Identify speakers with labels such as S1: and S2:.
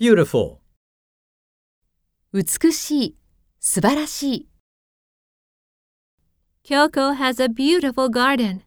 S1: beautiful,
S2: 美しい、素晴らしい。Kyoko has a beautiful garden.